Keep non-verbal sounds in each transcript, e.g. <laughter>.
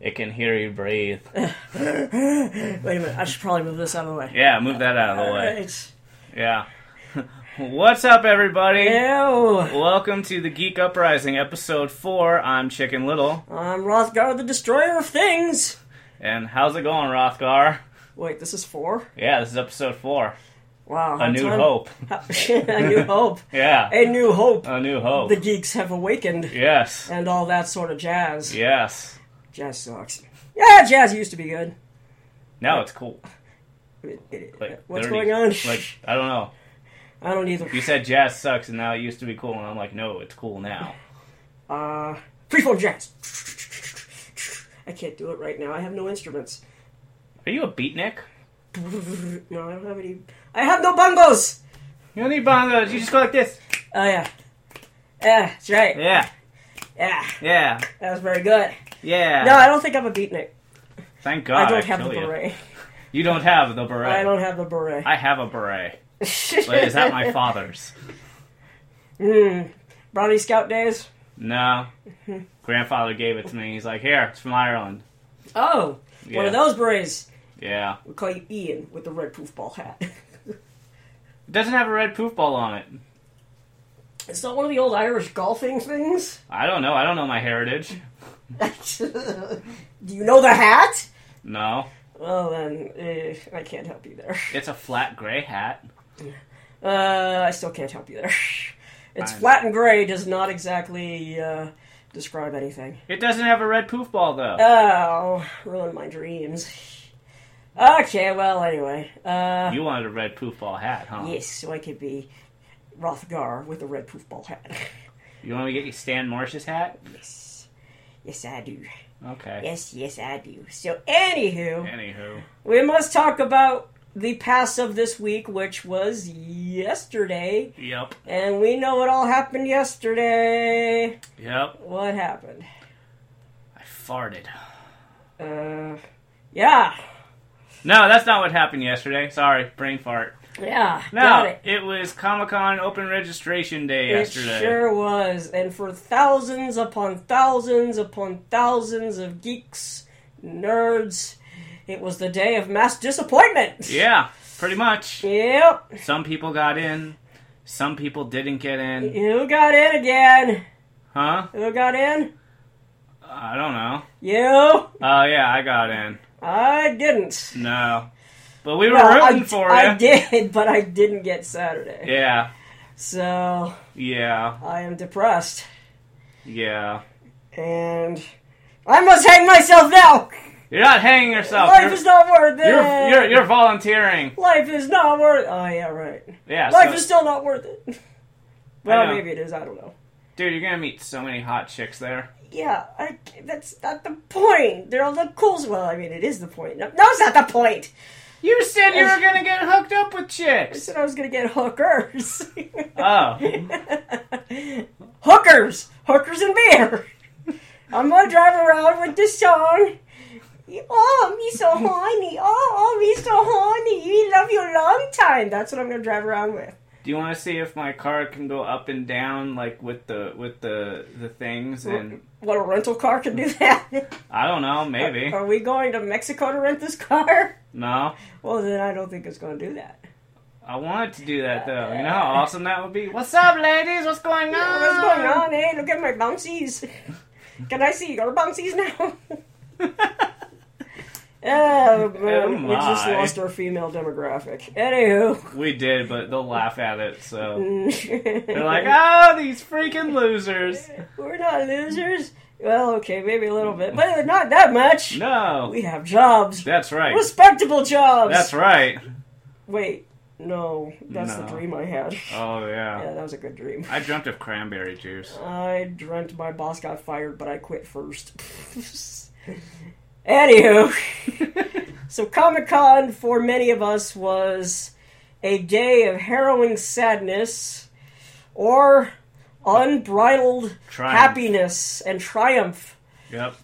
It can hear you <laughs> breathe. Wait a minute, I should probably move this out of the way. Yeah, move that out of the way. Alright. Yeah. <laughs> What's up, everybody? Ew. Welcome to the Geek Uprising, episode four. I'm Chicken Little, I'm Rothgar, the destroyer of things. and how's it going, Rothgar? Wait, this is four. Yeah, this is episode four. Wow. A new hope. <laughs> a new hope. Yeah, A new hope. a new hope. The geeks have awakened, Yes, and all that sort of jazz. yes. Jazz sucks. Yeah, jazz used to be good. Now it's cool. It- it- Like, What's 30 going on? Like I don't know. I don't either. You said jazz sucks, and now it used to be cool, and I'm like, no, it's cool now. Uh, freeform jazz. I can't do it right now. I have no instruments. Are you a beatnik? No, I don't have any. I have no bongos. You don't need bongos. You just go like this. Oh yeah, yeah, that's right. Yeah, Yeah, yeah, that was very good. yeah. No, I don't think I'm a beatnik. Thank God. I don't have the kill you. beret. You don't have the beret. I don't have the beret. <laughs> I have a beret. Wait, is that my father's? Mm. Brownie Scout days. No. Grandfather gave it to me. He's like, here, it's from Ireland. Oh, one Yeah. of those berets. Yeah. We call you Ian with the red poof ball hat. <laughs> It doesn't have a red poof ball on it. It's not one of the old Irish golfing things. <laughs> I don't know. I don't know my heritage. Do you know the hat? No. Well then, eh, I can't help you there. It's a flat gray hat. Uh, I still can't help you there. <laughs> It's Fine. flat and gray does not exactly uh, describe anything. It doesn't have a red poof ball, though. Oh, ruined my dreams. Okay, well, anyway. Uh, you wanted a red poof ball hat, huh? yes, so I could be Rothgar with a red poof ball hat. <laughs> You want me to get you Stan Morse's hat? yes. Yes, I do. Okay. Yes, yes, I do. So, anywho, Anywho. we must talk about the pass of this week, which was yesterday. Yep. And we know what all happened yesterday. Yep. What happened? I farted. Uh, yeah, No, that's not what happened yesterday. Sorry, brain fart. yeah, got No, it. it was Comic Con open registration day yesterday. It sure was, and for thousands upon thousands upon thousands of geeks, nerds, it was the day of mass disappointment. Yeah, pretty much. Yep, Some people got in, some people didn't get in. who got in again? Huh? Who got in? I don't know. You? Oh yeah, I got in. I didn't. No, but we were Well, I- rooting for I you. did, but I didn't get Saturday. Yeah, So yeah, I am depressed. yeah. And I must hang myself now! You're not hanging yourself. Life You're, is not worth it! you're, you're you're volunteering. Life is not worth. Oh yeah, right. Yeah, Life so- is still not <laughs> worth it. well, know. maybe it is. I don't know. dude. You're gonna meet so many hot chicks there. Yeah, I, that's not the point. They're all the cool. Well, I mean, it is the point. No, no, it's not the point. You said you were gonna get hooked up with I chicks. said I was gonna get hookers. <laughs> Oh, hookers, hookers and beer. I'm gonna drive around with this song. Oh, me so horny. Oh, oh, me so horny. We love you a long time. That's what I'm gonna drive around with. do you want to see if my car can go up and down like with the with the the things and What a rental car can do that. I don't know maybe Are we going to Mexico to rent this car? no. Well, then I don't think it's going to do that. I wanted to do that though. You know how awesome that would be. What's up, ladies? What's going on? What's going on? Hey, look at my bouncies. Can I see your bouncies now? <laughs> Um, oh, man. Oh, we just my. lost our female demographic. <laughs> Anywho. we did, but they'll laugh at it. <laughs> So They're <laughs> they're like, "Oh, these freaking losers!" We're not losers. Well, okay, maybe a little bit, but not that much. No, We have jobs. that's right. Respectable jobs. That's <laughs> right. Wait, no. That's the No. dream I had. Oh yeah, Yeah, that was a good dream. I dreamt of cranberry juice. I dreamt my boss got fired, but I quit first. <laughs> Anywho, so Comic Con for many of us was a day of harrowing sadness or unbridled Triumph. happiness and triumph. Yep.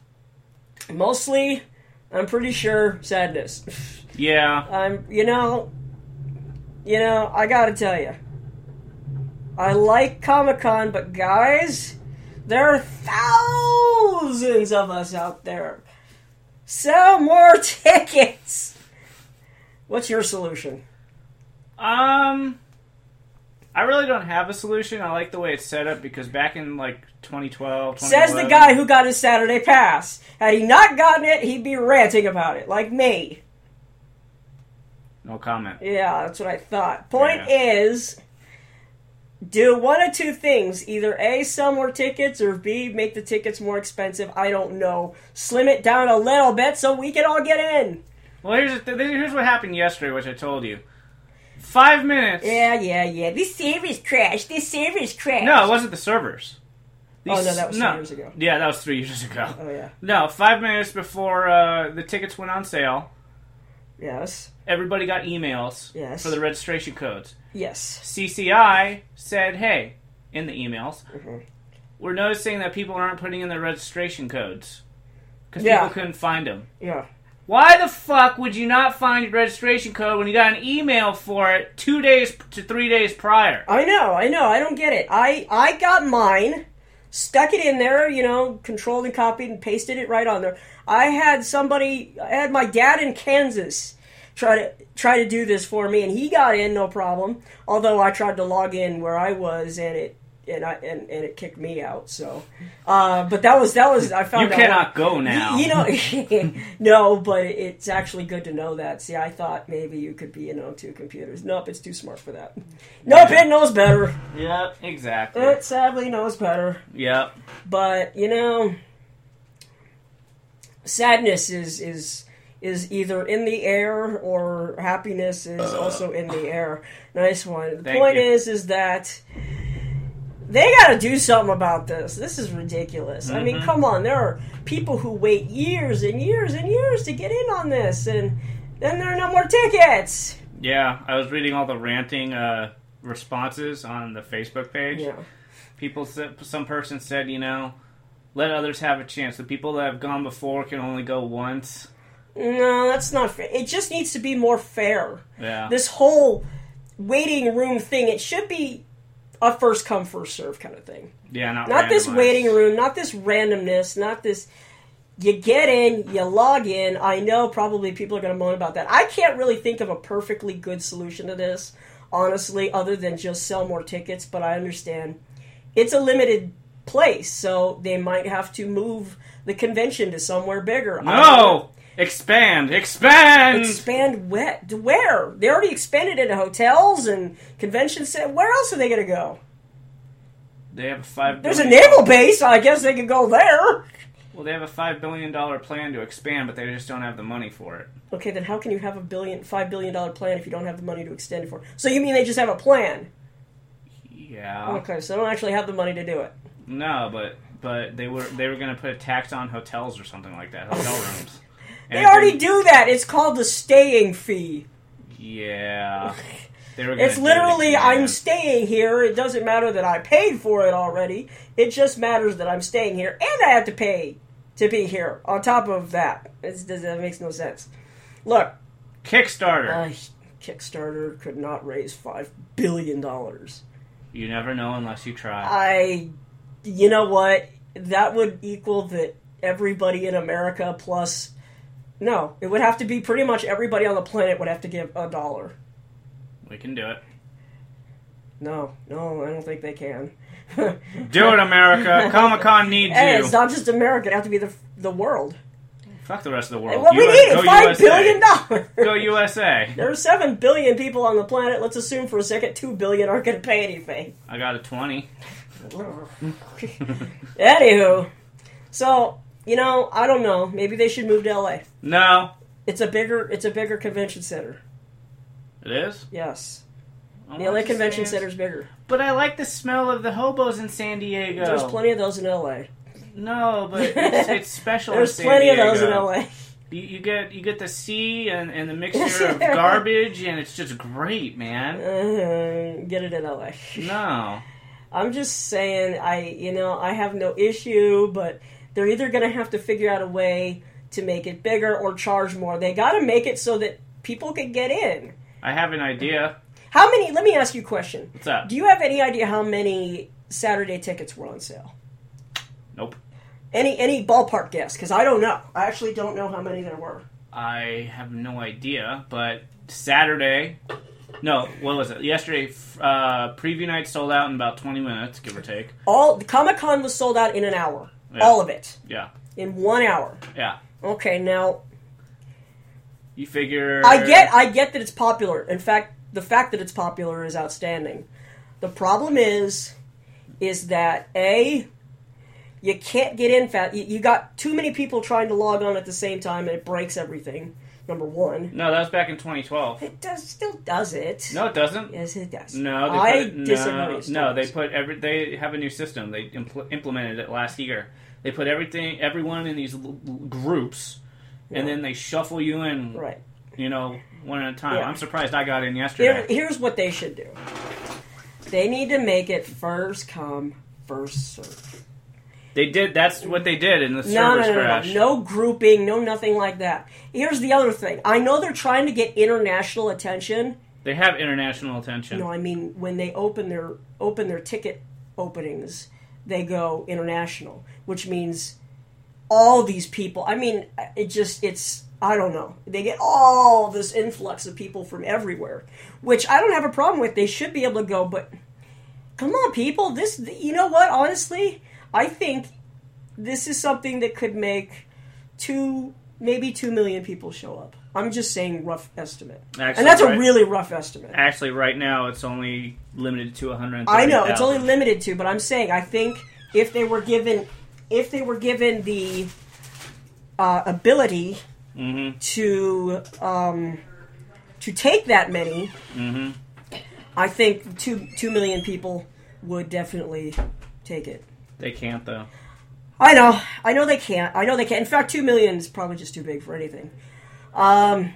Mostly, I'm pretty sure, sadness. <laughs> Yeah. I'm, Um, you know, you know, I gotta tell you, I like Comic Con, but guys, there are thousands of us out there Sell more <laughs> tickets. What's your solution? Um, I really don't have a solution. I like the way it's set up because back in like 2012, Says the 2011 guy who got his Saturday pass. Had he not gotten it, he'd be ranting about it, like me. No comment. Yeah, that's what I thought. Point Yeah. is, do one of two things: either a sell more tickets, or b make the tickets more expensive. I don't know. Slim it down a little bit so we can all get in. Well, here's the th- here's what happened yesterday, which I told you. Five minutes. Yeah, yeah, yeah. This server's crashed. This server's crashed. No, it wasn't the servers. Oh, These- no, that was three years ago. Yeah, that was three years ago. Oh yeah. No, five minutes before uh, the tickets went on sale, Yes. everybody got emails Yes. for the registration codes. Yes. CCI said, "Hey, in the emails, Mhm. we're noticing that people aren't putting in their registration codes because Yeah. people couldn't find them. Yeah. Why the fuck would you not find your registration code when you got an email for it two days to three days prior? I know, I know, I don't get it. I I got mine, stuck it in there, you know, controlled and copied and pasted it right on there. I had somebody, I had my dad in Kansas try to try to do this for me, and he got in no problem. Although I tried to log in where I was, and it and I and, and it kicked me out. So, uh, but that was that was I found You out cannot go now. Oh, you know, <laughs> no, but it's actually good to know that. See, I thought maybe you could be in on two computers. Nope, it's too smart for that. Nope, it knows better. Yep, exactly. It sadly knows better. yep. But you know, sadness is is is either in the air or happiness is also in the air. Nice one. The Thank point you. is, is that. They got to do something about this. This is ridiculous. I mean, Mhm. come on. There are people who wait years and years and years to get in on this, and then there are no more tickets. Yeah, I was reading all the ranting uh, responses on the Facebook page. Yeah. People said, some person said, you know, let others have a chance. The people that have gone before can only go once. No, that's not fair. It just needs to be more fair. Yeah. this whole waiting room thing it should be a first come first serve kind of thing yeah, not not this randomized. waiting room not this randomness not this you get in you log in i know probably people are going to moan about that i can't really think of a perfectly good solution to this honestly other than just sell more tickets but i understand it's a limited place so they might have to move the convention to somewhere bigger I don't know. No! Uh, Expand! Expand! Expand wet to where? They already expanded into hotels and convention center. Where else are they going to go? they have a five. There's a billion- naval base. I guess they could go there. Well, they have a five billion dollar plan to expand, but they just don't have the money for it. Okay, then how can you have a billion, five billion dollar plan if you don't have the money to extend it for? So you mean they just have a plan? Yeah. Okay, so they don't actually have the money to do it. No, but but they were they were gonna put a tax on hotels or something like that, <laughs> hotel rooms. And They if already do that. It's called the staying fee. <laughs> Yeah. They were gonna It's do it literally again. I'm staying here. It doesn't matter that I paid for it already. It just matters that I'm staying here and I have to pay to be here. On top of that, it's, that makes no sense. Look, Kickstarter. uh, Kickstarter could not raise five billion dollars. you never know unless you uh, try. I, you know what? That would equal that everybody in America plus. No, it would have to be pretty much everybody on the planet would have to give a dollar. we can <laughs> do it. No, no, I don't think they can. <laughs> Do it, America. Comic Con needs Hey, it's you. not just America; it'd have to be the the world. Fuck the rest of the world. And what we US need go is five USA. billion dollars. Go USA. <laughs> There are seven billion people on the planet. Let's assume for a second two billion aren't going to pay anything. <laughs> I got a twenty. Anywho, so you know, I don't know. Maybe they should move to LA. No. It's a bigger, it's a bigger convention center. It is? Yes, I the want LA to convention stand- center's bigger. But I like the smell of the hobos in San Diego. There's plenty of those in LA. No, but <laughs> it's, it's special. in There's San plenty of Diego. those in LA. You, you get you get the sea and, and <laughs> the mixture of garbage, and it's just great, man. Uh, <laughs> get it in LA. No, I'm just saying, I you know, I have no issue, but they're either going to have to figure out a way to make it bigger or charge more. They got to make it so that people can get in. I have an idea. How many? Let me ask you a question. What's up? Do you have any idea how many Saturday tickets were on sale? Nope. Any any ballpark guess? Because I don't know. I actually don't know how many there were. I have no idea, but Saturday. No, what was it? Yesterday, f- uh, preview night sold out in about 20 minutes, give or take. All Comic Con was sold out in an hour. Yeah. All of it Yeah, in one hour. yeah. Okay, now You figure. I get I get that it's popular. In fact, the fact that it's popular is outstanding. The problem is is that a you can't get in fast. You, you got too many people trying to log on at the same time, and it breaks everything. Number one, No, that was back in 2012. it does still does it. No, it doesn't. Yes, it does. No, they I put it, disagree. no, Steve. no, they put every. They have a new system. They impl- implemented it last year. They put everything, everyone in these l- l- groups, and Yeah. then they shuffle you in. right. You know, one at a time. Yeah. I'm surprised I got in yesterday. Here, here's what they should do. They need to make it first come, first serve. They did. That's what they did in the No, servers no, no, no, crash. no, no grouping, no nothing like that. Here's the other thing. I know they're trying to get international attention. They have international attention. No, I mean when they open their open their ticket openings, they go international, which means all these people. I mean, it just it's I don't know. They get all this influx of people from everywhere, which I don't have a problem with. They should be able to go, but come on, people. This you know what? Honestly, I think this is something that could make two maybe two million people show up. I'm just saying rough estimate, Actually, and that's right- a really rough estimate. Actually, right now it's only limited to 130. I know it's only limited to, but I'm saying I think if they were given, if they were given the uh, ability Mm-hmm. to um, to take that many, Mm-hmm. I think two two million people would definitely take it. They can't though. I know, I know they can't. I know they can't. In fact, two million is probably just too big for anything. Um,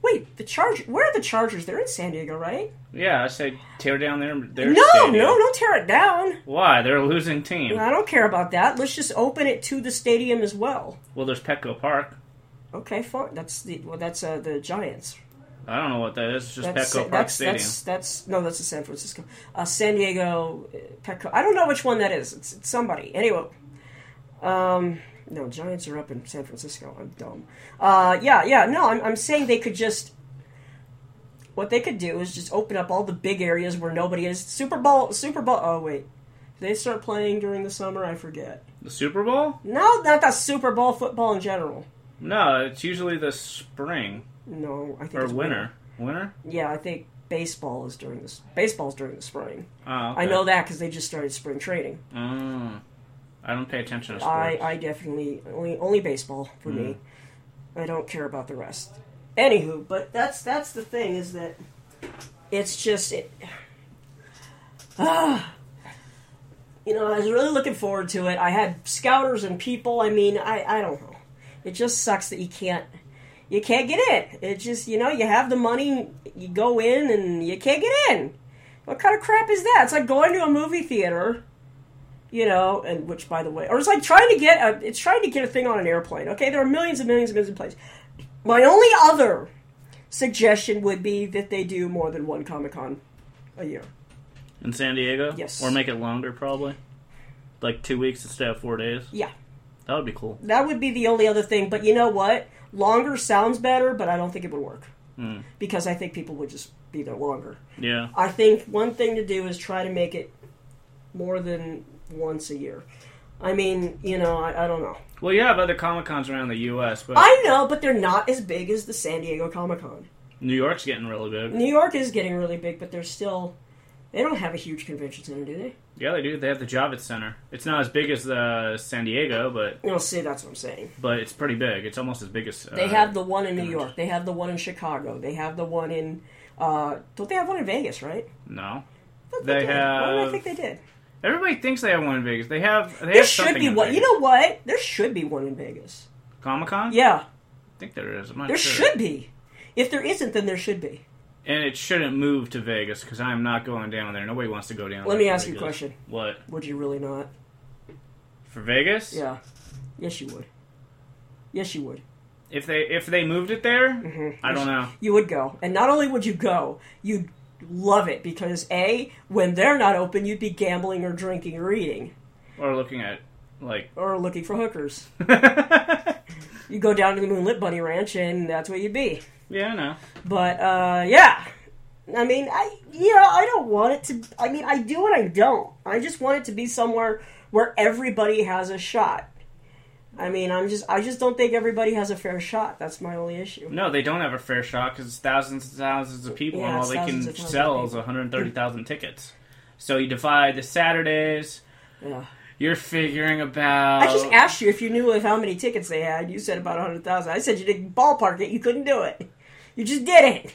wait, the charge? Where are the Chargers? They're in San Diego, right? Yeah, I say tear down their their. no, stadium. no, don't tear it down. Why? They're a losing team. I don't care about that. Let's just open it to the stadium as well. Well, there's Petco Park. Okay, fine. That's the well. That's uh, the Giants. I don't know what that is. It's just That's Petco Park that's, Stadium. that's that's no. That's the San Francisco, uh, San Diego, uh, Petco. I don't know which one that is. It's, it's somebody. Anyway, um, no Giants are up in San Francisco. I'm dumb. Uh, yeah, yeah. No, I'm I'm saying they could just. What they could do is just open up all the big areas where nobody is. Super Bowl, Super Bowl. Oh wait, they start playing during the summer. I forget. The Super Bowl? No, not the Super Bowl football in general. No, it's usually the spring No, I think or it's winter. Winter? Yeah, I think baseball is during this. Baseball's during the spring. Oh, I know that because they just started spring training. Mm. I don't pay attention to sports. I, I definitely only only baseball for me. I don't care about the rest. Anywho, but that's that's the thing is that it's just it. <sighs> Ah. you know, I was really looking forward to it. I had scouters and people. I mean, I I don't know. It just sucks that you can't you can't get in. It just you know you have the money, you go in and you can't get in. What kind of crap is that? It's like going to a movie theater you know, and which, by the way, or it's like trying to get a, it's trying to get a thing on an airplane. Okay, there are millions and millions and millions of planes. My only other suggestion would be that they do more than one Comic Con a year. In San Diego? Yes. Or make it longer, probably? Like two weeks instead of four days? Yeah, That would be cool. that would be the only other thing. But you know what? Longer sounds better, but I don't think it would work Hmm. because I think people would just be there longer. Yeah. I think one thing to do is try to make it more than once a year. I mean, you know, I, I don't know. Well, you have other Comic Cons around the U.S., but I know, but they're not as big as the San Diego Comic Con. New York's getting really big. New York is getting really big, but they're still they don't have a huge convention center, do they? Yeah, they do. They have the Javits Center. It's not as big as the San Diego, but You know, see, that's what I'm saying. but it's pretty big. It's almost as big as uh, They have the one in New York. They have the one in Chicago. They have the one in. Uh, don't they have one in Vegas? Right? No, I thought They did. Why did I have- think they did? everybody thinks they have one in Vegas. They have. They There have should something be in one. You Vegas. know what? There should be one in Vegas. Comic Con. Yeah, I think there is. I'm not there sure. should be. If there isn't, then there should be. And it shouldn't move to Vegas because I'm not going down there. Nobody wants to go down. Let there me for ask you a Vegas. question. What Would you really not? for Vegas? Yeah. Yes, you would. Yes, you would. If they if they moved it there, Mm-hmm. I don't know. you would go. And not only would you go, you'd love it because A, when they're not open, you'd be gambling or drinking or eating. Or looking at Like, <laughs> or looking for hookers. yeah, You go down to the Moonlit Bunny Ranch, and that's what you'd be. I know. But uh, yeah, I mean, I you know, I don't want it to. I mean, I do and I don't. I just want it to be somewhere where everybody has a shot. I mean, I'm just I just don't think everybody has a fair shot. That's my only issue. No, they don't have a fair shot because it's thousands and thousands of people, and Yeah, all it's they can thousands and thousands sell of is 130,000 tickets. So you divide the Saturdays. Yeah. You're figuring about. I just asked you if you knew of how many tickets they had. You said about hundred thousand. I said you didn't ballpark it. You couldn't do it. You just didn't.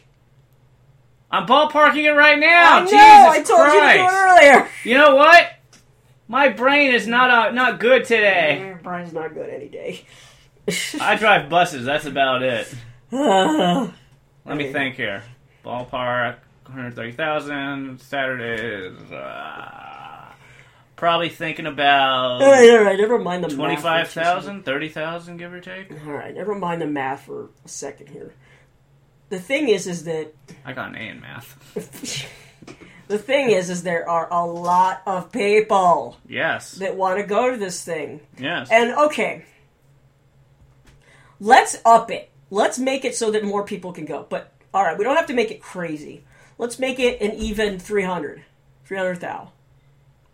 I'm ballparking it right I now. Oh, know. Jesus I told you to Christ. do it earlier. You know what? My brain is not uh, not good today. Eh, Brian's not good any day. <sighs> I drive buses. That's about it. Let me Okay. think here. Ballpark, 130,000. Saturdays. Uh, probably thinking all right, about all right. Never mind the math. 25,000, 30,000, give or take. All right, never mind the math for a second here. The thing is, is that <laughs> I got an A in math. the thing is, is there are a lot of people Yes. that want to go to this thing. Yes. And okay, let's up it. Let's make it so that more people can go. But all right, we don't have to make it crazy. Let's make it an even 300, 300 thou.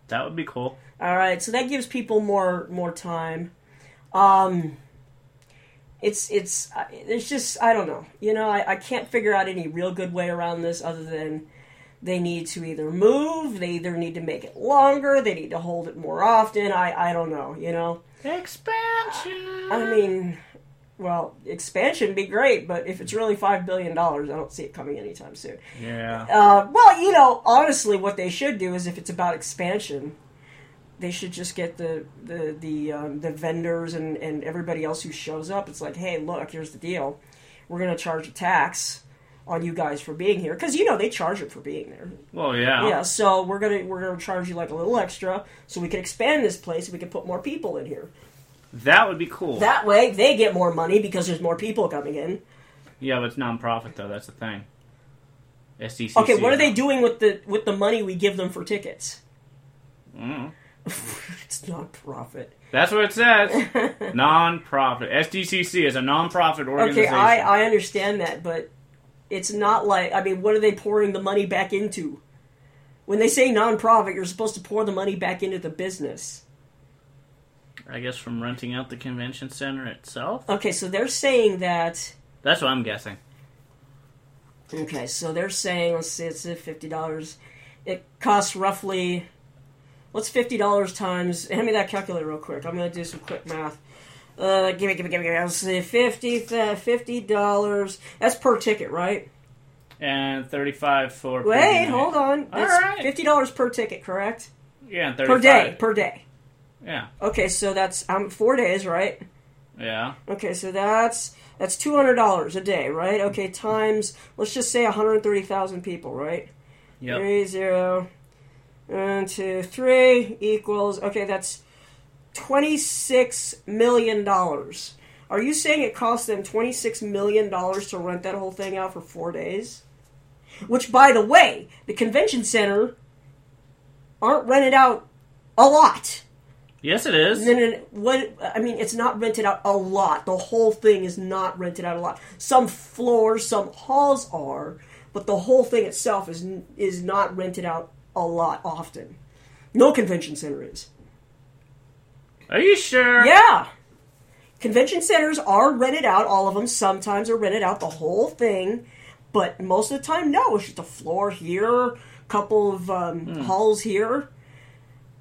That would be cool. All right, so that gives people more more time. Um, it's it's I- it's just I don't know. You know, I, I can't figure out any real good way around this other than they need to either move, they either need to make it longer, they need to hold it more often. I I don't know. You know, Expansion. I mean, well, expansion be great, but if it's really five billion dollars, I don't see it coming anytime soon. Yeah. Uh, well, you know, honestly, what they should do is if it's about expansion, they should just get the the the, um, the vendors and, and everybody else who shows up. It's like, hey, look, here's the deal. We're gonna charge a tax on you guys for being here because you know they charge it for being there. Well, yeah. Yeah, so we're gonna we're gonna charge you like a little extra so we can expand this place. and We can put more people in here. That would be cool. That way, they get more money because there's more people coming in. yeah, but it's nonprofit though. That's the thing. SDCC. Okay, what are they doing with the with the money we give them for tickets? <laughs> Mm. it's not profit. That's what it <laughs> says. nonprofit. SDCC is a nonprofit Okay, organization. I, I understand that, but it's not like I mean, what are they pouring the money back into? When they say nonprofit, you're supposed to pour the money back into the business. I guess from renting out the convention center itself. Okay, so they're saying that. That's what I'm guessing. Okay, so they're saying let's see, it's at fifty dollars. It costs roughly what's fifty dollars times? Hand me that calculator real quick. I'm gonna do some quick math. Uh, give me, give me, give me, give me. Let's see, fifty, uh, fifty dollars. That's per ticket, right? And 35 for Wait, hold on. Mm-hmm. All That's right. fifty dollars per ticket, correct? Yeah, and 35 per day per day yeah, okay so that's um four days right yeah. okay so that's that's two hundred dollars a day right okay times let's just say one hundred thirty thousand people right Yep. three zero one two three equals okay that's twenty six million dollars are you saying it cost them twenty six million dollars to rent that whole thing out for four days which by the way the convention center aren't rented out a lot Yes, it is. no, no, no. What I mean, it's not rented out a lot. The whole thing is not rented out a lot. Some floors, some halls are, but the whole thing itself is n- is not rented out a lot often. No convention center is. Are you sure? Yeah, convention centers are rented out. All of them sometimes are rented out. The whole thing, but most of the time, no. It's just a floor here, couple of um, halls here.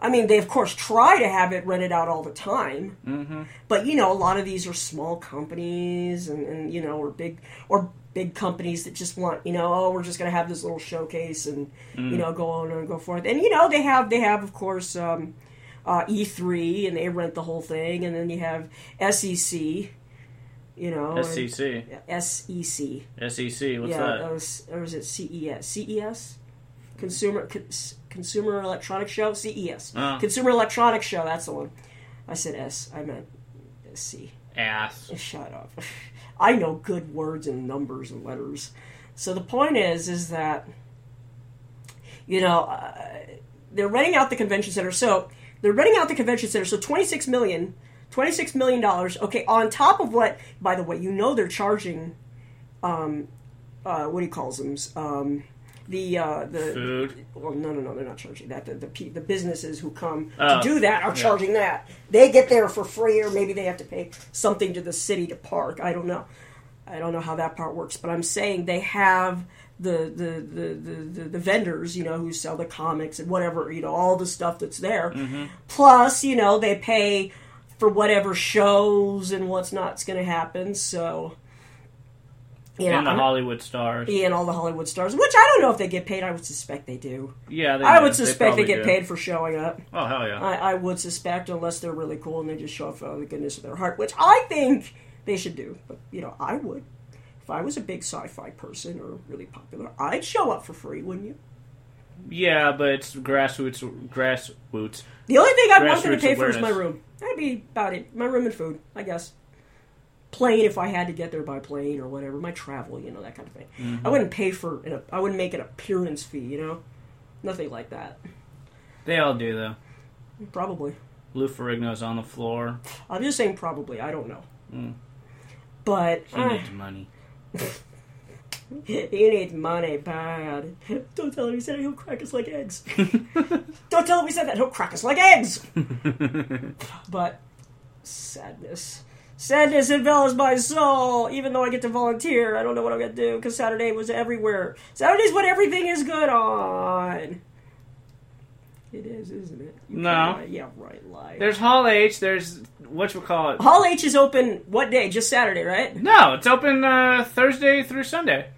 I mean, they of course try to have it rented out all the time. Mm-hmm. but you know a lot of these are small companies and, and you know or big or big companies that just want you know oh we're just going to have this little showcase and you Mm. know go on and go forth and you know they have they have of course um, uh, e3 and they rent the whole thing and then you have sec you know and- SCC. sec SEC. E What's yeah uh, that? Or, s- or is it ces ces consumer Con- S- consumer electronic show ces Uh. consumer electronic show that's the one i said s i meant E. c Ass. Shut up. <laughs> I know good words and numbers and letters. So the point is, is that you know uh, they're renting out the convention center. So They're renting out the convention center, so 26 million, 26 million dollars. Okay, on top of what? By the way, you know they're charging, um, uh, what do you calls them? Um, the uh, the Food. well, no, no, no, they're not charging that. The the, pe- the businesses who come Oh, to do that are yeah. charging that. They get there for free, or maybe they have to pay something to the city to park. I don't know. I don't know how that part works, but I'm saying they have the the the the, the, the vendors, you know, who sell the comics and whatever, you know, all the stuff that's there. Mm-hmm. Plus, you know, they pay for whatever shows and what's not's going to happen. So. You know, and the I'm- Hollywood stars. and all the Hollywood stars, which I don't know if they get paid. I would suspect they do. Yeah, they I do. would suspect they, probably get do. paid Uh, for showing up. Oh hell yeah! I, I would suspect, unless they're really cool and they just show up out of the goodness of their heart, which I think they should do. But, you know, I would. If I was a big sci fi person or really popular, I'd show up for free, wouldn't you? yeah, but it's grassroots, grassroots. The only thing I'd want them to Grassroots pay for is my awareness. room. That'd be about it. My room and food, I guess. Plane, if I had to get there by plane or whatever, my travel, you know, that kind of thing. Mm-hmm. I wouldn't pay for, an, I wouldn't make an appearance fee, you know? Nothing like that. They all do though. Probably. Lou Ferrigno's on the floor. I'm just saying probably. I don't know. Mm. But He uh, needs money. <laughs> he needs money bad. <laughs> Don't tell him he said it. He'll crack us like <laughs> eggs. don't tell him we said that. He'll crack us like eggs. But sadness. Sadness envelops my soul. Even though I get to volunteer, I don't know what I'm going to do because Saturday was everywhere. Saturday's what everything is good on. It is, isn't it? You No. can't lie. Yeah, right, lie. there's Hall H. There's what you call it. Hall H is open what day? Just Saturday, right? No, it's open uh, Thursday through Sunday.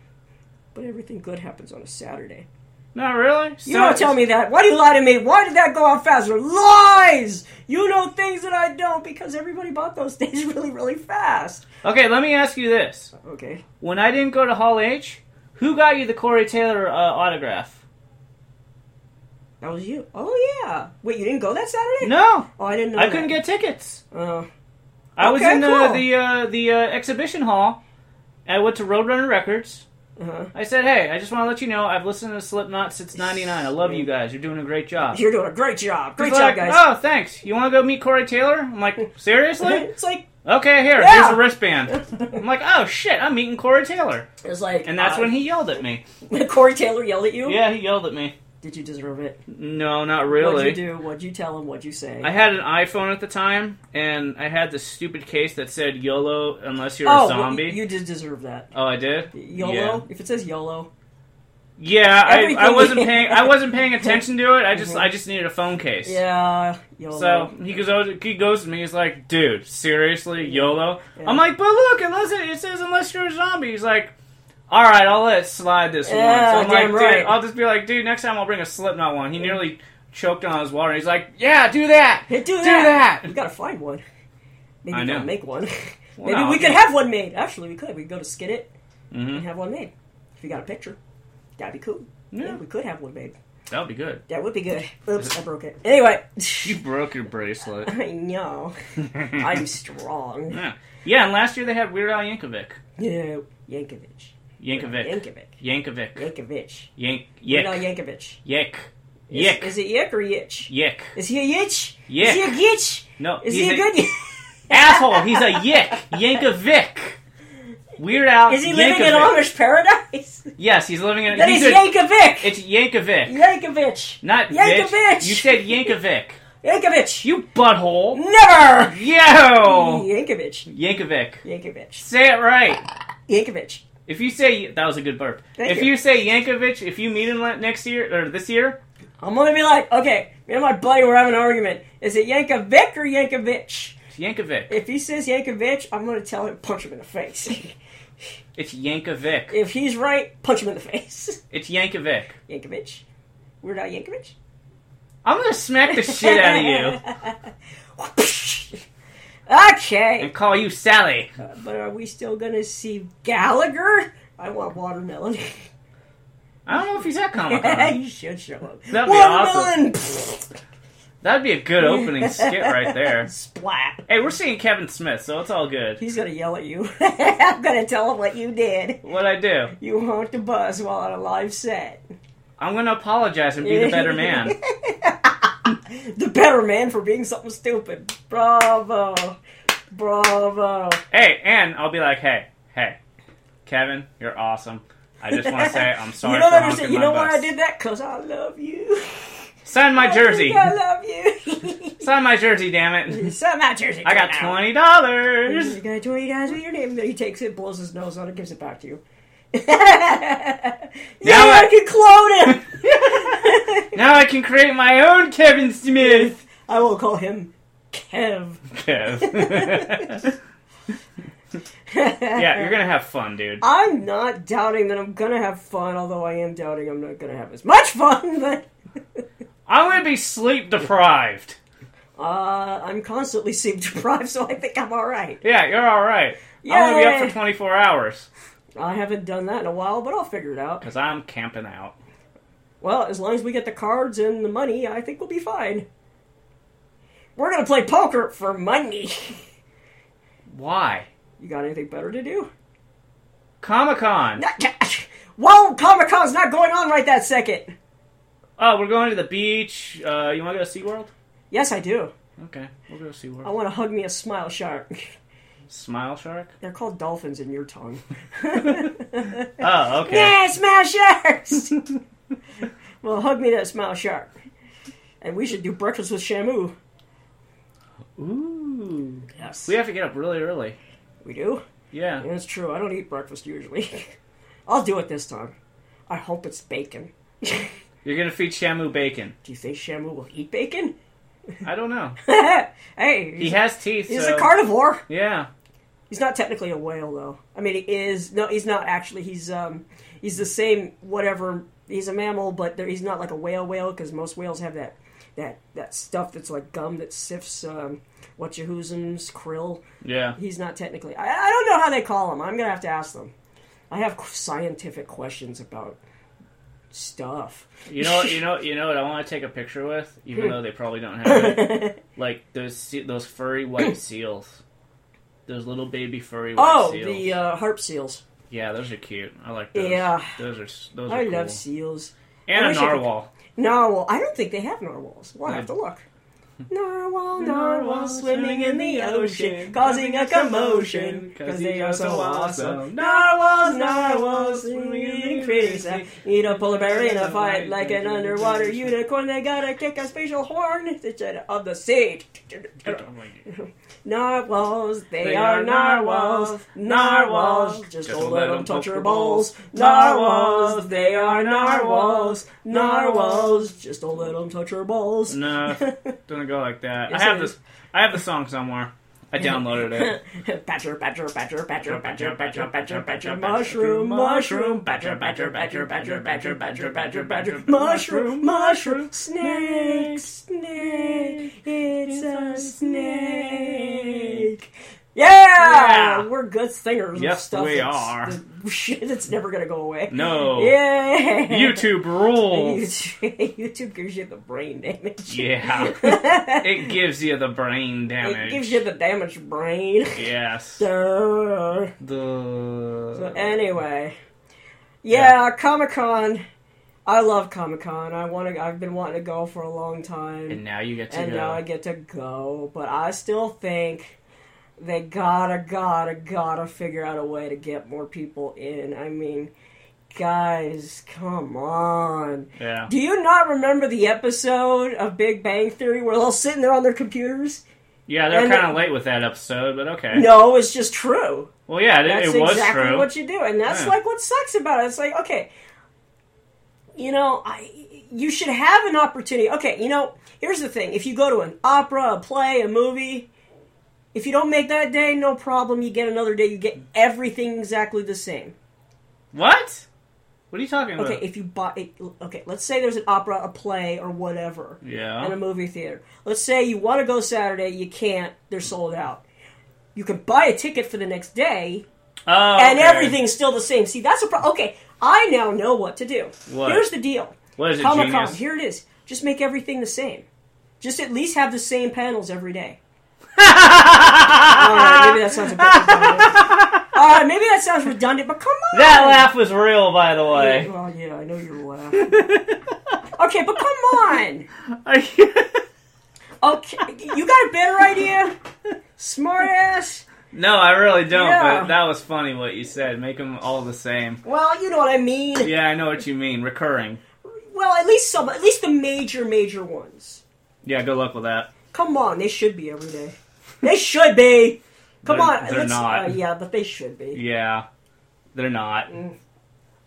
But everything good happens on a Saturday. Not really. You don't tell me that. Why do you lie to me? Why did that go out faster? Lies! You know things that I don't because everybody bought those <laughs> things really, really fast. Okay, let me ask you this: Okay. When I didn't go to Hall H, who got you the Corey Taylor uh, autograph? That was you. Oh, yeah. Wait, you didn't go that Saturday? No, Oh, I didn't know. I couldn't get tickets. Uh, I was Okay, in the cool. the uh, the uh, exhibition hall. I went to Roadrunner Records. uh I said, "Hey, I just want to let you know I've listened to Slipknot since '99. I love you guys. You're doing a great job." You're doing a great job. Great He's job, like, guys. <laughs> Oh, thanks. You want to go meet Corey Taylor? I'm like, seriously? It's like, okay, here, Yeah. here's a wristband. I'm like, oh shit, I'm meeting Corey Taylor, <laughs> it's like. and that's uh, when he yelled at me. <laughs> Corey Taylor yelled at you? Yeah, he yelled at me. Did you deserve it? No, not What'd really. you do? What'd you tell him? What'd you say? I had an iPhone at the time, and I had this stupid case that said YOLO unless you're oh, a well, zombie. you did deserve that. oh, I did. YOLO? Yeah. If it says YOLO. Yeah, I, Everything- I wasn't paying. I wasn't <laughs> paying attention to it. I just Mhm. I just needed a phone case. Yeah, YOLO. So he goes over, he goes to me. He's like, "Dude, seriously, YOLO." Yeah. I'm like, "But look, unless it, it says unless you're a zombie." He's like, "All right, I'll let it slide this Yeah, one." So I'm damn like, right. "Dude, I'll just be like, dude, next time I'll bring a Slipknot one." He nearly choked on his water. He's like, "Yeah, do that." Hey, do that. that. We gotta find one. Maybe I we gotta know. make one. Well, Maybe no, we I'll could get- have one made. Actually, we could. We could go to Skid It hmm and have one made. If we got a picture, that'd be cool. Yeah. Yeah, we could have one made. that'll be good. That would be good. <laughs> Oops, I broke it. Anyway, You broke your bracelet. <laughs> I know I'm strong. yeah. <laughs> yeah, and last year they had Weird Al Yankovic. Yeah, Yankovic. Yankovic. Yankovic. Yankovic. Yankovic. Yank. You know Yick. Yankovic. Yick. Is, Yick. Is it Yick or Yitch? Yick. Is he a Yitch? Is he a Yick. Gitch? No, Is he's he a a- good? asshole. He's a yick. Yankovic. Weird Al. <laughs> Is he living in Yankovic. Amish paradise? Yes, he's living in. That he's is a- Yankovic. It's Yankovic, Yankovic. not Yankovic. Yankovic. You said Yankovic. Yankovic. You butthole. Never. Yo. Yankovic. Yankovic. Yankovic. Say it right. Yankovic. If you say that was a good burp. Thank if you. you. say Yankovic, if you meet him le- next year or this year, I'm gonna be like, okay, me and my buddy were having an argument. Is it Yankovic or Yankovic? it's Yankovic. If he says Yankovic, I'm gonna tell him punch him in the face. <laughs> It's Yankovic. if he's right, punch him in the face. <laughs> It's Yankovic. Yankovic. Weird Al Yankovic. I'm gonna smack the shit out of <laughs> you you. <laughs> okay, and call you Sally. Uh, but are we still gonna see Gallagher? I want watermelon. <laughs> I don't know if he's at Comic Con. you should show up. Uh-huh. That'd be watermelon. That'd be a good opening skit right there. <laughs> Splat. Hey, we're seeing Kevin Smith, so it's all good. He's gonna yell at you. <laughs> I'm gonna tell him what you did. What I do? You honked the bus while on a live set. <laughs> I'm gonna apologize and be the better man. the better man for being something stupid. Bravo. Bravo. Hey, and I'll be like, hey, hey, Kevin, you're awesome. I just want to say <laughs> I'm sorry you don't for understand. honking You my know why I bus. did that? Because I love you. Sign <laughs> my I jersey. think I love you. <laughs> Sign my jersey, damn it. so my jersey. I got Now. twenty dollars. You got 20 guys with your name. Then he takes it, blows his nose on it, gives it back to you. <laughs> yeah, I- I can clone him. Now I can create my own Kevin <laughs> Smith. <laughs> I will call him Kev. Kev. <laughs> yeah, you're gonna have fun, dude. I'm not doubting that I'm gonna have fun, although I am doubting I'm not gonna have as much fun. <laughs> But I'm gonna be sleep deprived. uh, I'm constantly sleep deprived, <laughs> so I think I'm all right. Yeah, you're all right. I'm gonna be up Yay. for 24 hours I haven't done that in a while, but I'll figure it out. because I'm camping out. Well, as long as we get the cards and the money, I think we'll be fine. We're gonna play poker for money. <laughs> Why? You got anything better to do? Comic Con. <laughs> Whoa, Comic Con's not going on right that second. Oh, we're going to the beach. Uh, you want to go to SeaWorld? Yes, I do. Okay, we'll go to SeaWorld. I want to hug me a smile shark. <laughs> Smile Shark? They're called dolphins in your tongue. <laughs> Oh, okay. yeah, smile sharks. <laughs> well, hug me that smile shark. And we should do breakfast with Shamu. Ooh. Yes, We have to get up really early. we do. Yeah. That's true. I don't eat breakfast usually. <laughs> I'll do it this time. I hope it's bacon. <laughs> do You're going to feed Shamu bacon. you think Shamu will eat bacon? I don't <laughs> know. hey, He he's, has teeth. he's so- a carnivore. Yeah. He's not technically a whale though. I mean, he is. No, he's not actually. He's um, he's the same whatever. He's a mammal, but there, he's not like a whale whale because most whales have that that that stuff that's like gum that sifts um, whatchahoosums, krill. Yeah. He's not technically. I, I don't know how they call him. I'm gonna have to ask them. I have scientific questions about stuff. You know, you know, you know what I want to take a picture with, even though they probably don't have it. <laughs> Like those se- those furry <clears throat> white seals, those little baby furry white <laughs> oh, seals. the uh, harp seals. yeah, those are cute. I like those. Yeah. those are s- those are I cool. love seals. and I a wish I could- narwhal. Narwhal. I don't think they have narwhals. We'll have to look. <laughs> Narwhal, narwhal, swimming in the ocean, causing a commotion, because they are so awesome. Narwhals, narwhals, swimming crazy. Eat a polar bear in a fight like an underwater unicorn. They gotta kick a spatial horn instead of the sea. Narwhals, they, are narwhals, narwhals. Just don't let them touch your balls. Narwhals, they are narwhals, narwhals. Just don't let them touch your balls. <laughs> No, doesn't go like that. Yes, I have it this. is. I have the song somewhere. I downloaded <laughs> it. Badger, badger, badger, badger, badger, badger, badger, badger, mushroom, mushroom, badger, badger, badger, badger, badger, badger, badger, badger, mushroom, mushroom, snake, snake, it's a snake. Yeah, Yeah. we're good singers. and Yes, stuff we that's- are. that- <laughs> Shit, that's never gonna go away. No. Yeah. YouTube <laughs> rules. YouTube YouTube gives you the brain damage. <laughs> Yeah. It gives you the brain damage. It gives you the damaged brain. <laughs> Yes. Duh. The. So anyway, yeah, Comic Con. I love Comic Con. I want to. I've been wanting to go for a long time, and now you get to and go. now I get to go. But I still think they gotta, gotta, gotta figure out a way to get more people in. I mean, guys, come on. yeah. Do you not remember the episode of Big Bang Theory where they're all sitting there on their computers? Yeah, they're and- kind of late with that episode, but okay. No, it's just true. Well, yeah, it, That's it was exactly true. what you do, and that's Yeah. like what sucks about it. It's like okay, you know, I you should have an opportunity. Okay, you know, here's the thing: if you go to an opera, a play, a movie, if you don't make that day, no problem. You get another day. You get everything exactly the same. What? What are you talking about? Okay, if you buy, okay, let's say there's an opera, a play, or whatever. and a yeah. movie theater. Let's say you want to go Saturday, you can't, they're sold out. You can buy a ticket for the next day, Oh, and okay. everything's still the same. See, that's a problem. Okay, I now know what to do. What? Here's the deal What is it, Comic Con, genius? <laughs> here it is. Just make everything the same. Just at least have the same panels every day. All right, maybe that sounds a bit <laughs> redundant. All right, maybe that sounds redundant, but come on. That laugh was real, by the way. Well, yeah, I know you're laughing. okay, but come on. Are you- Okay, you got a better idea? Smartass. <laughs> No, I really don't. Yeah. But that was funny what you said. Make them all the same. Well, you know what I mean. Yeah, I know what you mean. Recurring. Well, at least some, at least the major, major ones. Yeah, good luck with that. Come on, they should be every day. They should be. Come They're- on, they're let's- not. uh, yeah, but they should be. Yeah, they're not. Mm.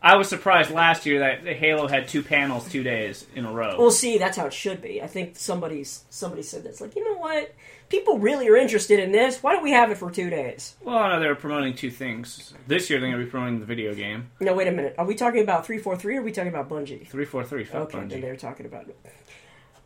I was surprised last year that Halo had two panels two days in a row. We'll see. That's how it should be. I think somebody's somebody said that's like, you know what? People really are interested in this. Why don't we have it for two days? Well, no, they were promoting two things. This year they're going to be promoting the video game No, wait a minute. Are we talking about three four three? or Are we talking about Bungie? three four three. Fuck Okay, then Bungie. they're talking about it.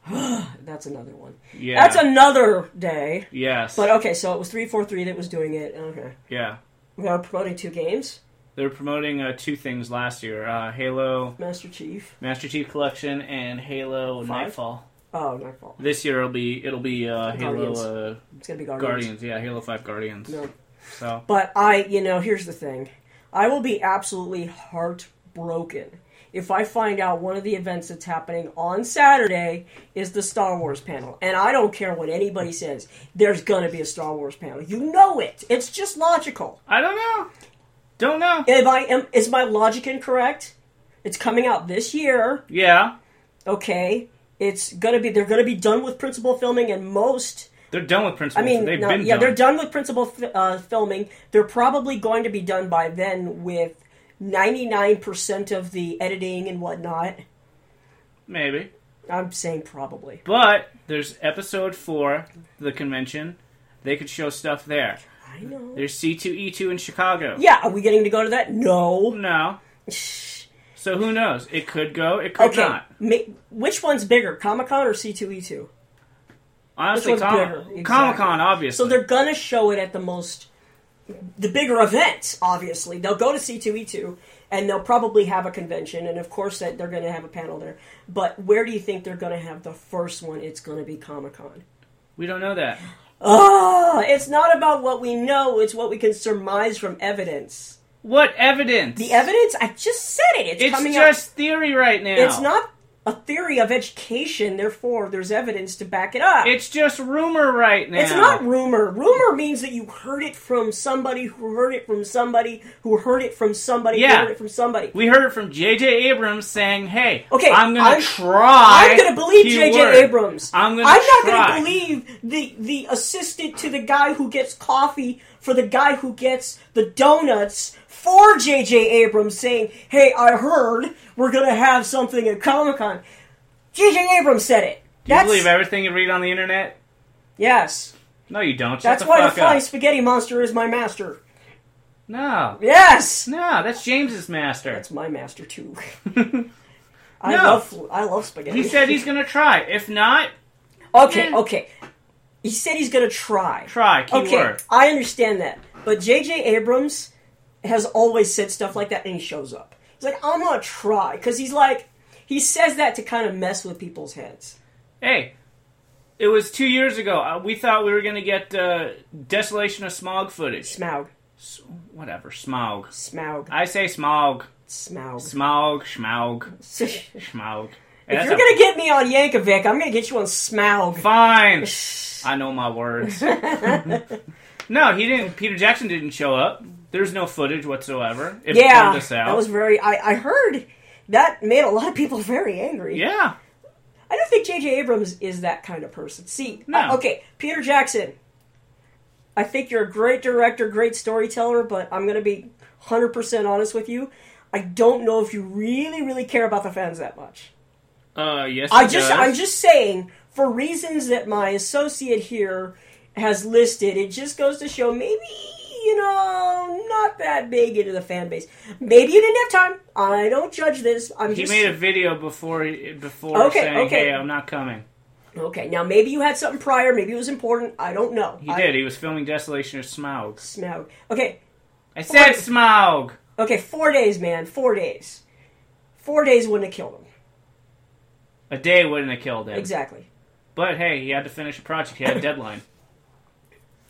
<sighs> that's another one. Yeah, That's another day. yes, But uh, okay, so it was three four three that was doing it. Okay, yeah. we are promoting two games. They were promoting uh, two things last year: uh, Halo Master Chief. Master Chief Collection and Halo Five? Nightfall. Oh, Nightfall. This year it'll be it'll be uh, Halo Guardians. uh, It's gonna be Guardians. Guardians. Yeah, Halo Five Guardians. No. So But I, you know, here's the thing. I will be absolutely heartbroken if I find out one of the events that's happening on Saturday is the Star Wars panel. And I don't care what anybody says. There's gonna be a Star Wars panel. You know it. It's just logical. I don't know. Don't know. Am I am, is my logic incorrect? It's coming out this year. Yeah, Okay. It's gonna be. They're gonna be done with principal filming, and most. they're done with I principles. mean, They've no, been yeah, done. they're done with principal f- uh, filming. They're probably going to be done by then with 99% of the editing and whatnot. Maybe, I'm saying probably. but there's episode four, the convention. They could show stuff there. I know. There's C two E two in Chicago. Yeah, are we getting to go to that? No. No. So who knows? It could go. It could Okay. not. Ma- which one's bigger, Comic Con or E C2E2? Honestly, Which one's Com- bigger? Exactly. Comic Con, obviously. So they're gonna show it at the most, the bigger events. Obviously, they'll go to C two E two, and they'll probably have a convention, and of course that they're gonna have a panel there. But where do you think they're gonna have the first one? It's gonna be Comic Con. we don't know that. Ah, it's not about what we know; it's what we can surmise from evidence. What evidence? The evidence? I just said it. It's, It's coming up. just theory right now. It's not a theory of education. Therefore, there's evidence to back it up. It's just rumor right now. It's not rumor. Rumor means that you heard it from somebody who heard it from somebody who heard it from somebody who Yeah. heard it from somebody. We heard it from J.J. Abrams saying, "Hey, Okay, I'm gonna I'm- try. I'm going to believe keyword. J.J. Abrams. I'm gonna not going try. to believe the the assistant to the guy who gets coffee for the guy who gets the donuts for J.J. Abrams saying, "Hey, I heard we're going to have something at Comic Con." J.J. Abrams said it. Do you That's believe everything you read on the internet? yes. No, you don't. Shut That's the why the fuck up. flying spaghetti monster is my master. No, Yes. no, that's James's master. <laughs> That's my master too. <laughs> I No. love I love spaghetti. he said <laughs> he's gonna try. If not, Okay, Yeah. okay. He said he's gonna try. try. Keyword. Okay, I understand that, but J.J. Abrams has always said stuff like that, and he shows up. He's like, "I'm gonna try," because he's like, he says that to kind of mess with people's heads. Hey, it was two years ago. Uh, we thought we were gonna get uh, Desolation of Smog footage. Smaug, S- whatever, Smog. Smaug, I say Smog, Smaug. Smog, Schmaug, <laughs> if Schmaug. you're gonna get me on Yankovic, I'm gonna get you on Smaug. fine. I know my <laughs> words. <laughs> no, he didn't. Peter Jackson didn't show up. There's no footage whatsoever. It yeah, burned us out. that was very. I I heard that made a lot of people very angry. yeah. I don't think J.J. Abrams is that kind of person. See, No. uh, okay, Peter Jackson. I think you're a great director, great storyteller, but I'm going to be 100% honest with you. I don't know if you really, really care about the fans that much. Uh, yes. I it just, does. I'm just saying, for reasons that my associate here has listed, it just goes to show maybe, you know, not that big into the fan base. Maybe you didn't have time. I don't judge this. I'm He just made a video before he- before Okay, saying, okay. "Hey, I'm not coming." Okay, now maybe you had something prior, maybe it was important. I don't know. He I- did. He was filming Desolation of Smaug. Smaug. Okay, I said What? Smaug. okay, four days, man, four days. Four days wouldn't have killed him. A day wouldn't have killed him. Exactly. But hey, he had to finish a project. He had a deadline.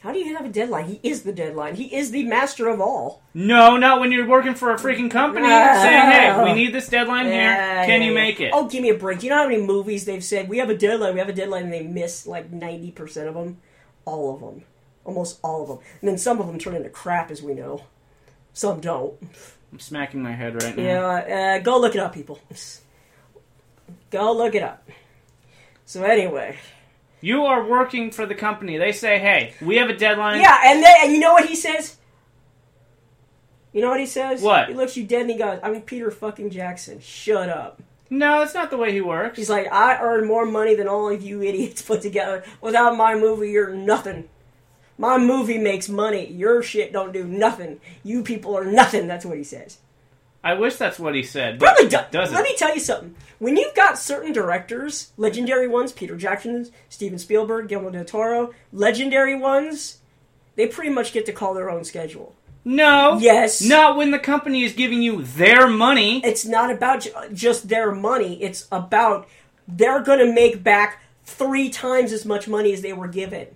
How do you have a deadline? He is the deadline. He is the master of all. <laughs> No, not when you're working for a freaking company No. saying, hey, we need this deadline Yeah, here. Can yeah, you yeah. make it? Oh, give me a break. Do you know how many movies they've said, we have a deadline, we have a deadline, and they miss like 90% of them? All of them. Almost all of them. And then some of them turn into crap, as we know. Some don't. I'm smacking my head right now. Yeah, uh, go look it up, people. Go look it up. So, anyway. You are working for the company. They say, hey, we have a deadline. Yeah, and then and you know what he says? You know what he says? What? He looks you dead and he goes, "I'm Peter fucking Jackson. Shut up." No, that's not the way he works. He's like, "I earn more money than all of you idiots put together. Without my movie, you're nothing. My movie makes money. Your shit don't do nothing. You people are nothing." That's what he says. I wish that's what he said. But Probably do- it doesn't. Let me tell you something. When you've got certain directors, legendary ones, Peter Jackson, Steven Spielberg, Guillermo del Toro, legendary ones, they pretty much get to call their own schedule. no. Yes. Not when the company is giving you their money. it's not about ju- just their money. It's about they're going to make back three times as much money as they were given.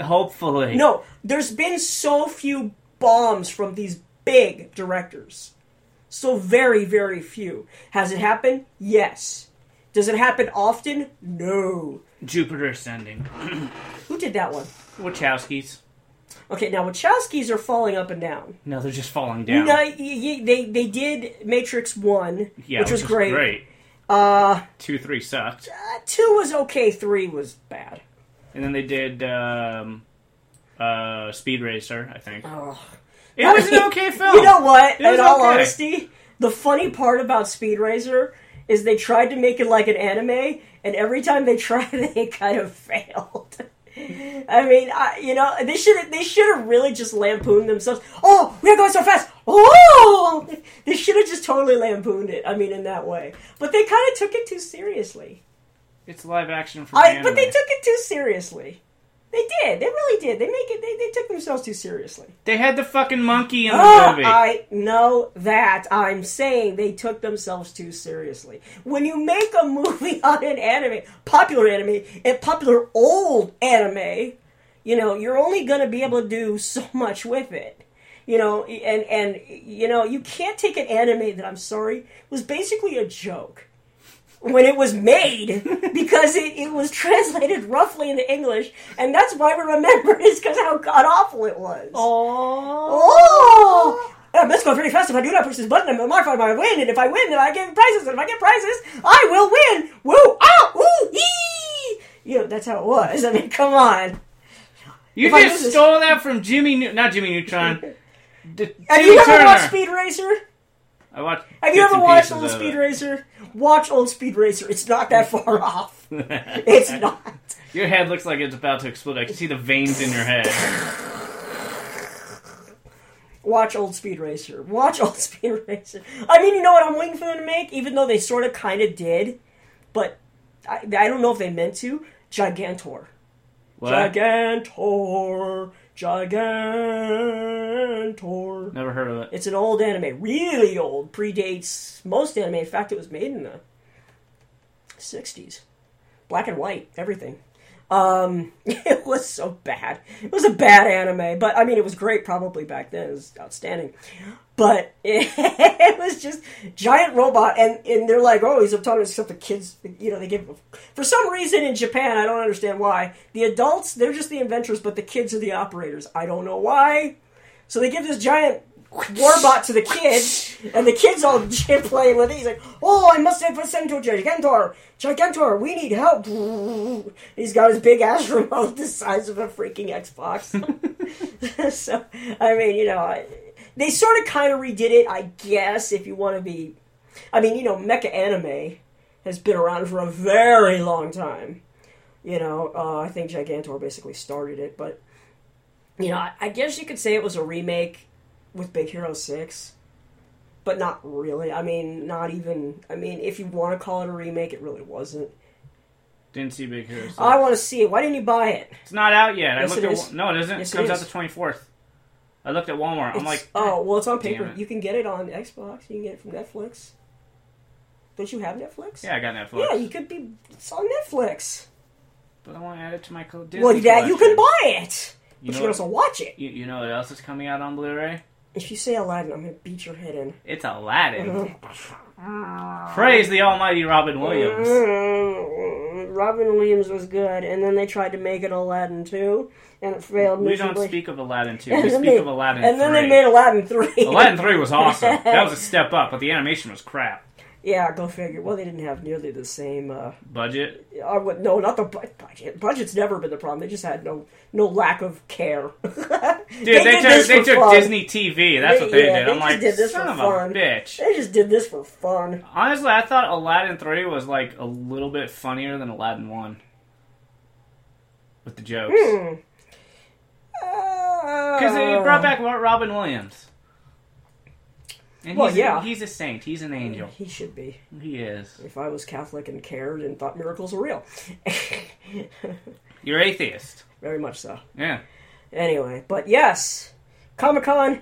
Hopefully. No, there's been so few bombs from these big directors. So very, very few. Has it happened? Yes. Does it happen often? No. Jupiter ascending. Who did that one? Wachowskis. Okay, now Wachowskis are falling up and down. No, they're just falling down. No, y- y- they they did Matrix One, yeah, which, was is great. great. Uh, Two, three sucked. uh, two was okay. Three was bad. And then they did um, uh, Speed Racer, I think. Ugh. It was an okay film. <laughs> You know what? It was In all okay. honesty, the funny part about Speed Racer is they tried to make it like an anime, and every time they <laughs> tried, they kind of failed. <laughs> I mean, I, you know, they should they should have really just lampooned themselves. Oh, we're going so fast! Oh, <laughs> they should have just totally lampooned it. I mean, in that way, but they kind of took it too seriously. It's live action for I, anime. but they took it too seriously. They did. They really did. They make it. They, they took themselves too seriously. They had the fucking monkey in the Oh, movie. <gasps> I know that. I'm saying they took themselves too seriously. When you make a movie <laughs> on an anime, popular anime, and popular old anime, you know, you're only going to be able to do so <laughs> much with it. You know, and and you know, you can't take an anime that I'm sorry was basically a joke when it was <laughs> made because it, it was translated roughly into English, and that's why we remember it is because how god awful it was. Oh, Oh! I must go very fast. If I do not push this button, I'm modified by win. And if I win, then I get prizes. And if I get prizes, I will win. Woo! Ah! Ooh! Ee! You know, that's how it was. I mean, come on. you if I just knew this- stole that from Jimmy, New- not Jimmy <laughs> Neutron. D- Have Timmy you ever Turner. watched Speed Racer? I watched. Have you bits ever and watched pieces Old of Speed it. Racer? Watch Old Speed Racer. It's not that <laughs> far <laughs> off. It's not. Your head looks like it's about to explode. I can see the veins in your head. Watch Old Speed Racer. Watch Old <laughs> Speed Racer. I mean, you know what I'm waiting for them to make, even though they sort of kind of did, but I, I don't know if they meant to. Gigantor. What? Gigantor. Gigantor. Never heard of it. It's an old anime, really old, predates most anime. In fact, it was made in the 60s. Black and white, everything. Um, <laughs> it was so bad. It was a bad anime, but I mean, it was great probably back then. It was outstanding. But <laughs> it, was just giant robot, and, and they're like, oh, he's autonomous, except the kids, you know, they give. For some reason in Japan, I don't understand why. The adults, they're just the inventors, but the kids are the operators. I don't know why. So they give this giant warbot to the kids, and the kids all <laughs> playing with it. He's like, "Oh, I must have sent to Gigantor, Gigantor, we need help." <laughs> He's got his big ass <laughs> remote the size of a freaking Xbox. <laughs> so I mean, you know, I, they sort of kind of redid it, I guess, if you want to be. I mean, you know, mecha anime has been around for a very long time. You know, uh, I think Gigantor basically started it, but you know, I, I guess you could say it was a remake with Big Hero 6, but not really. I mean, not even. I mean, if you want to call it a remake, it really wasn't. Didn't see Big Hero. I want to see it. Why didn't you buy it? It's not out yet. Yes, I looked it at is. no, it isn't. Yes, it it comes is. out the twenty fourth. I looked at Walmart. I'm It's- like, oh, well, it's on damn paper. it. You can get it on Xbox. You can get it from Netflix. Don't you have Netflix? yeah, I got Netflix. Yeah, you could be. It's on Netflix. but I want to add it to my co- Disney. well, that you collection. can buy it. You but you know, can what, also watch it. you, you know what else is coming out on Blu-ray? If you say Aladdin, I'm gonna beat your head in. It's Aladdin. <laughs> Praise the almighty Robin Mm-hmm. Williams. Robin Williams was good, and then they tried to make it Aladdin too, and it failed We don't miserably. speak of Aladdin 2. And We then speak they- of Aladdin and then 3. they made Aladdin three. <laughs> Aladdin 3 was awesome. That was a step up, but the animation was crap. <laughs> yeah, go figure. Well, they didn't have nearly the same. Uh, Budget? I would no, not the bu- budget. Budget's never been the problem. They just had no no lack of care. <laughs> Dude, Dude, they, took, they took fun. Disney TV. That's They- what they yeah, did. they I'm just like, did this son for of fun." a bitch. They just did this for fun. Honestly, I thought Aladdin 3 was like a little bit funnier than Aladdin 1. With the jokes. Hmm. Because they Uh, brought back Ro- Robin Williams. And Well, he's, yeah. Mm. he's a saint. He's an angel. He should be. He is. If I was Catholic and cared and thought miracles were real, <laughs> You're atheist. very much so. Yeah. Anyway, but yes, Comic Con.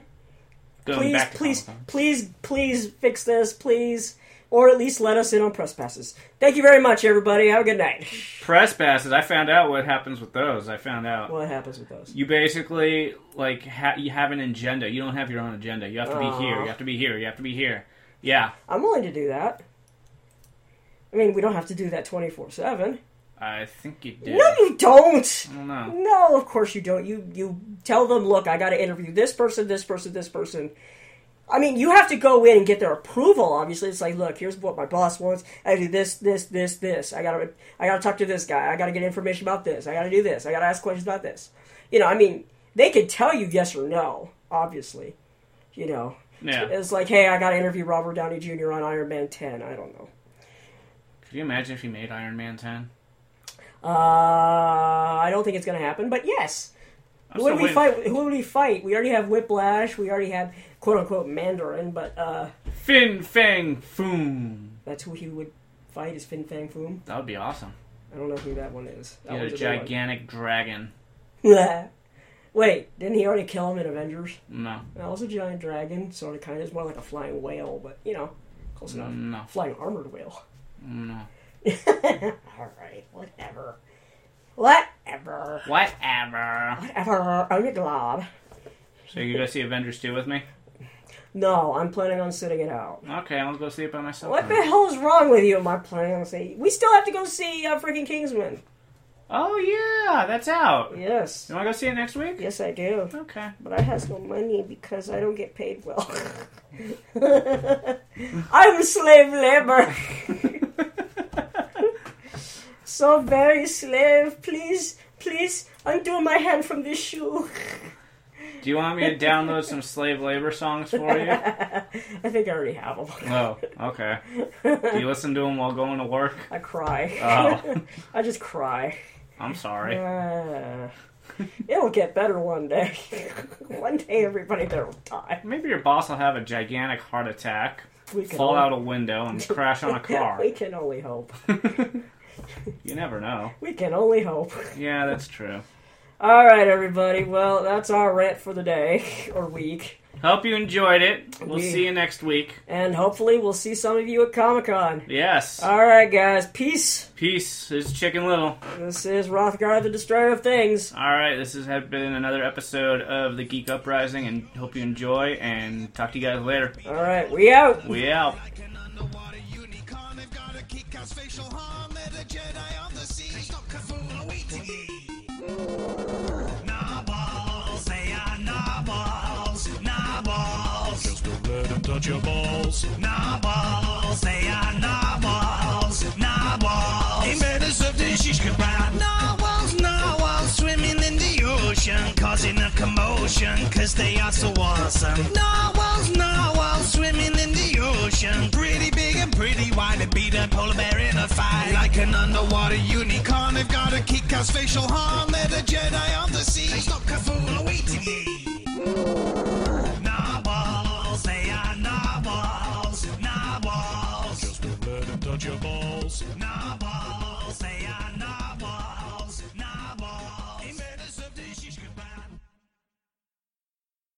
Going please, back to please, Comic-Con. please, please fix this, please, or at least let us in on press passes. Thank you very much, everybody. Have a good night. Press passes. I found out what happens with those. I found out. What happens with those? You basically like ha- you have an agenda. You don't have your own agenda. You have to Aw. be here. You have to be here. You have to be here. Yeah, I'm willing to do that. I mean, we don't have to do that 24 seven. I think you did. No, you don't. I don't know. No, of course you don't. You you tell them, look, I got to interview this person, this person, this person. I mean, you have to go in and get their approval. Obviously, it's like, look, here's what my boss wants. I do this, this, this, this. I gotta, I gotta talk to this guy. I gotta get information about this. I gotta do this. I gotta ask questions about this. You know, I mean, they can tell you yes or no. Obviously, you know, Yeah. it's like, hey, I gotta interview Robert Downey Jr. on Iron Man 10. I don't know. Could you imagine if you made Iron Man ten? Uh, I don't think it's gonna happen, but yes. I'm Who would still waiting- we fight? Who would we fight? We already have Whiplash. We already had quote unquote Mandarin, but uh, Fin Fang Foom. that's who he would fight is Fin Fang Foom. That would be awesome. I don't know who that one is. That You had a one's a new gigantic dragon. one. <laughs> Wait, didn't he already kill him in Avengers? No, That was a giant dragon, sort of, kind of. It's more like a flying whale, but you know, close enough. no, Flying armored whale. no. <laughs> All right, whatever. Whatever. Whatever. Whatever. I'm a glob. So you go see Avengers two with me? No, I'm planning on sitting it out. Okay, I'll go see it by myself. What the then. hell is wrong with you? My plan. See, we still have to go see uh, freaking Kingsman. Oh yeah, that's out. Yes, You want to go see it next week? yes, I do. Okay. <laughs> But I has no money because I don't get paid well. <laughs> I'm slave labor, so very slave. Please, please undo my hand from this shoe. Do you want me to download some slave labor songs for you? <laughs> I think I already have them. Oh, okay. Do you listen to them while going to work? I cry. Oh. <laughs> I just cry. I'm <laughs> sorry. Uh, it'll get better one day. <laughs> one day, everybody there will die. Maybe your boss will have a gigantic heart attack, We fall out a window, and crash on a car. <laughs> <laughs> we can only hope. You never know. We can only hope. <laughs> Yeah, that's true. All right, everybody. Well, that's our rant for the day <laughs> or week, Hope you enjoyed it. We'll We- see you next week. and hopefully, we'll see some of you at Comic Con. Yes. All right, guys. Peace. Peace. This is Chicken Little. This is Rothgar, the Destroyer of Things. All right, this has had been another episode of the Geek Uprising, and hope you enjoy. And talk to you guys later. All right, we out. We out. Like an underwater unicorn, I've got a kick ass facial harm. Let a Jedi on the sea. Stop Kafula waiting. Nobbles, they are nobbles, nobbles. Just don't let them touch your balls. Nobbles, they are nobbles, nobbles. They made us of the shish kebab. Nobbles, nobbles, swimming in the ocean, causing a commotion, cause they are so awesome. Narwhals, narwhals, swimming in the ocean. Pretty big and pretty wide, they beat a polar bear in a fight. Like an underwater unicorn, they've got a kick ass facial harm. They're the Jedi of the sea. They stop Kafula waiting. Narwhals, they are narwhals, narwhals. Just don't let them touch your balls. Narwhals.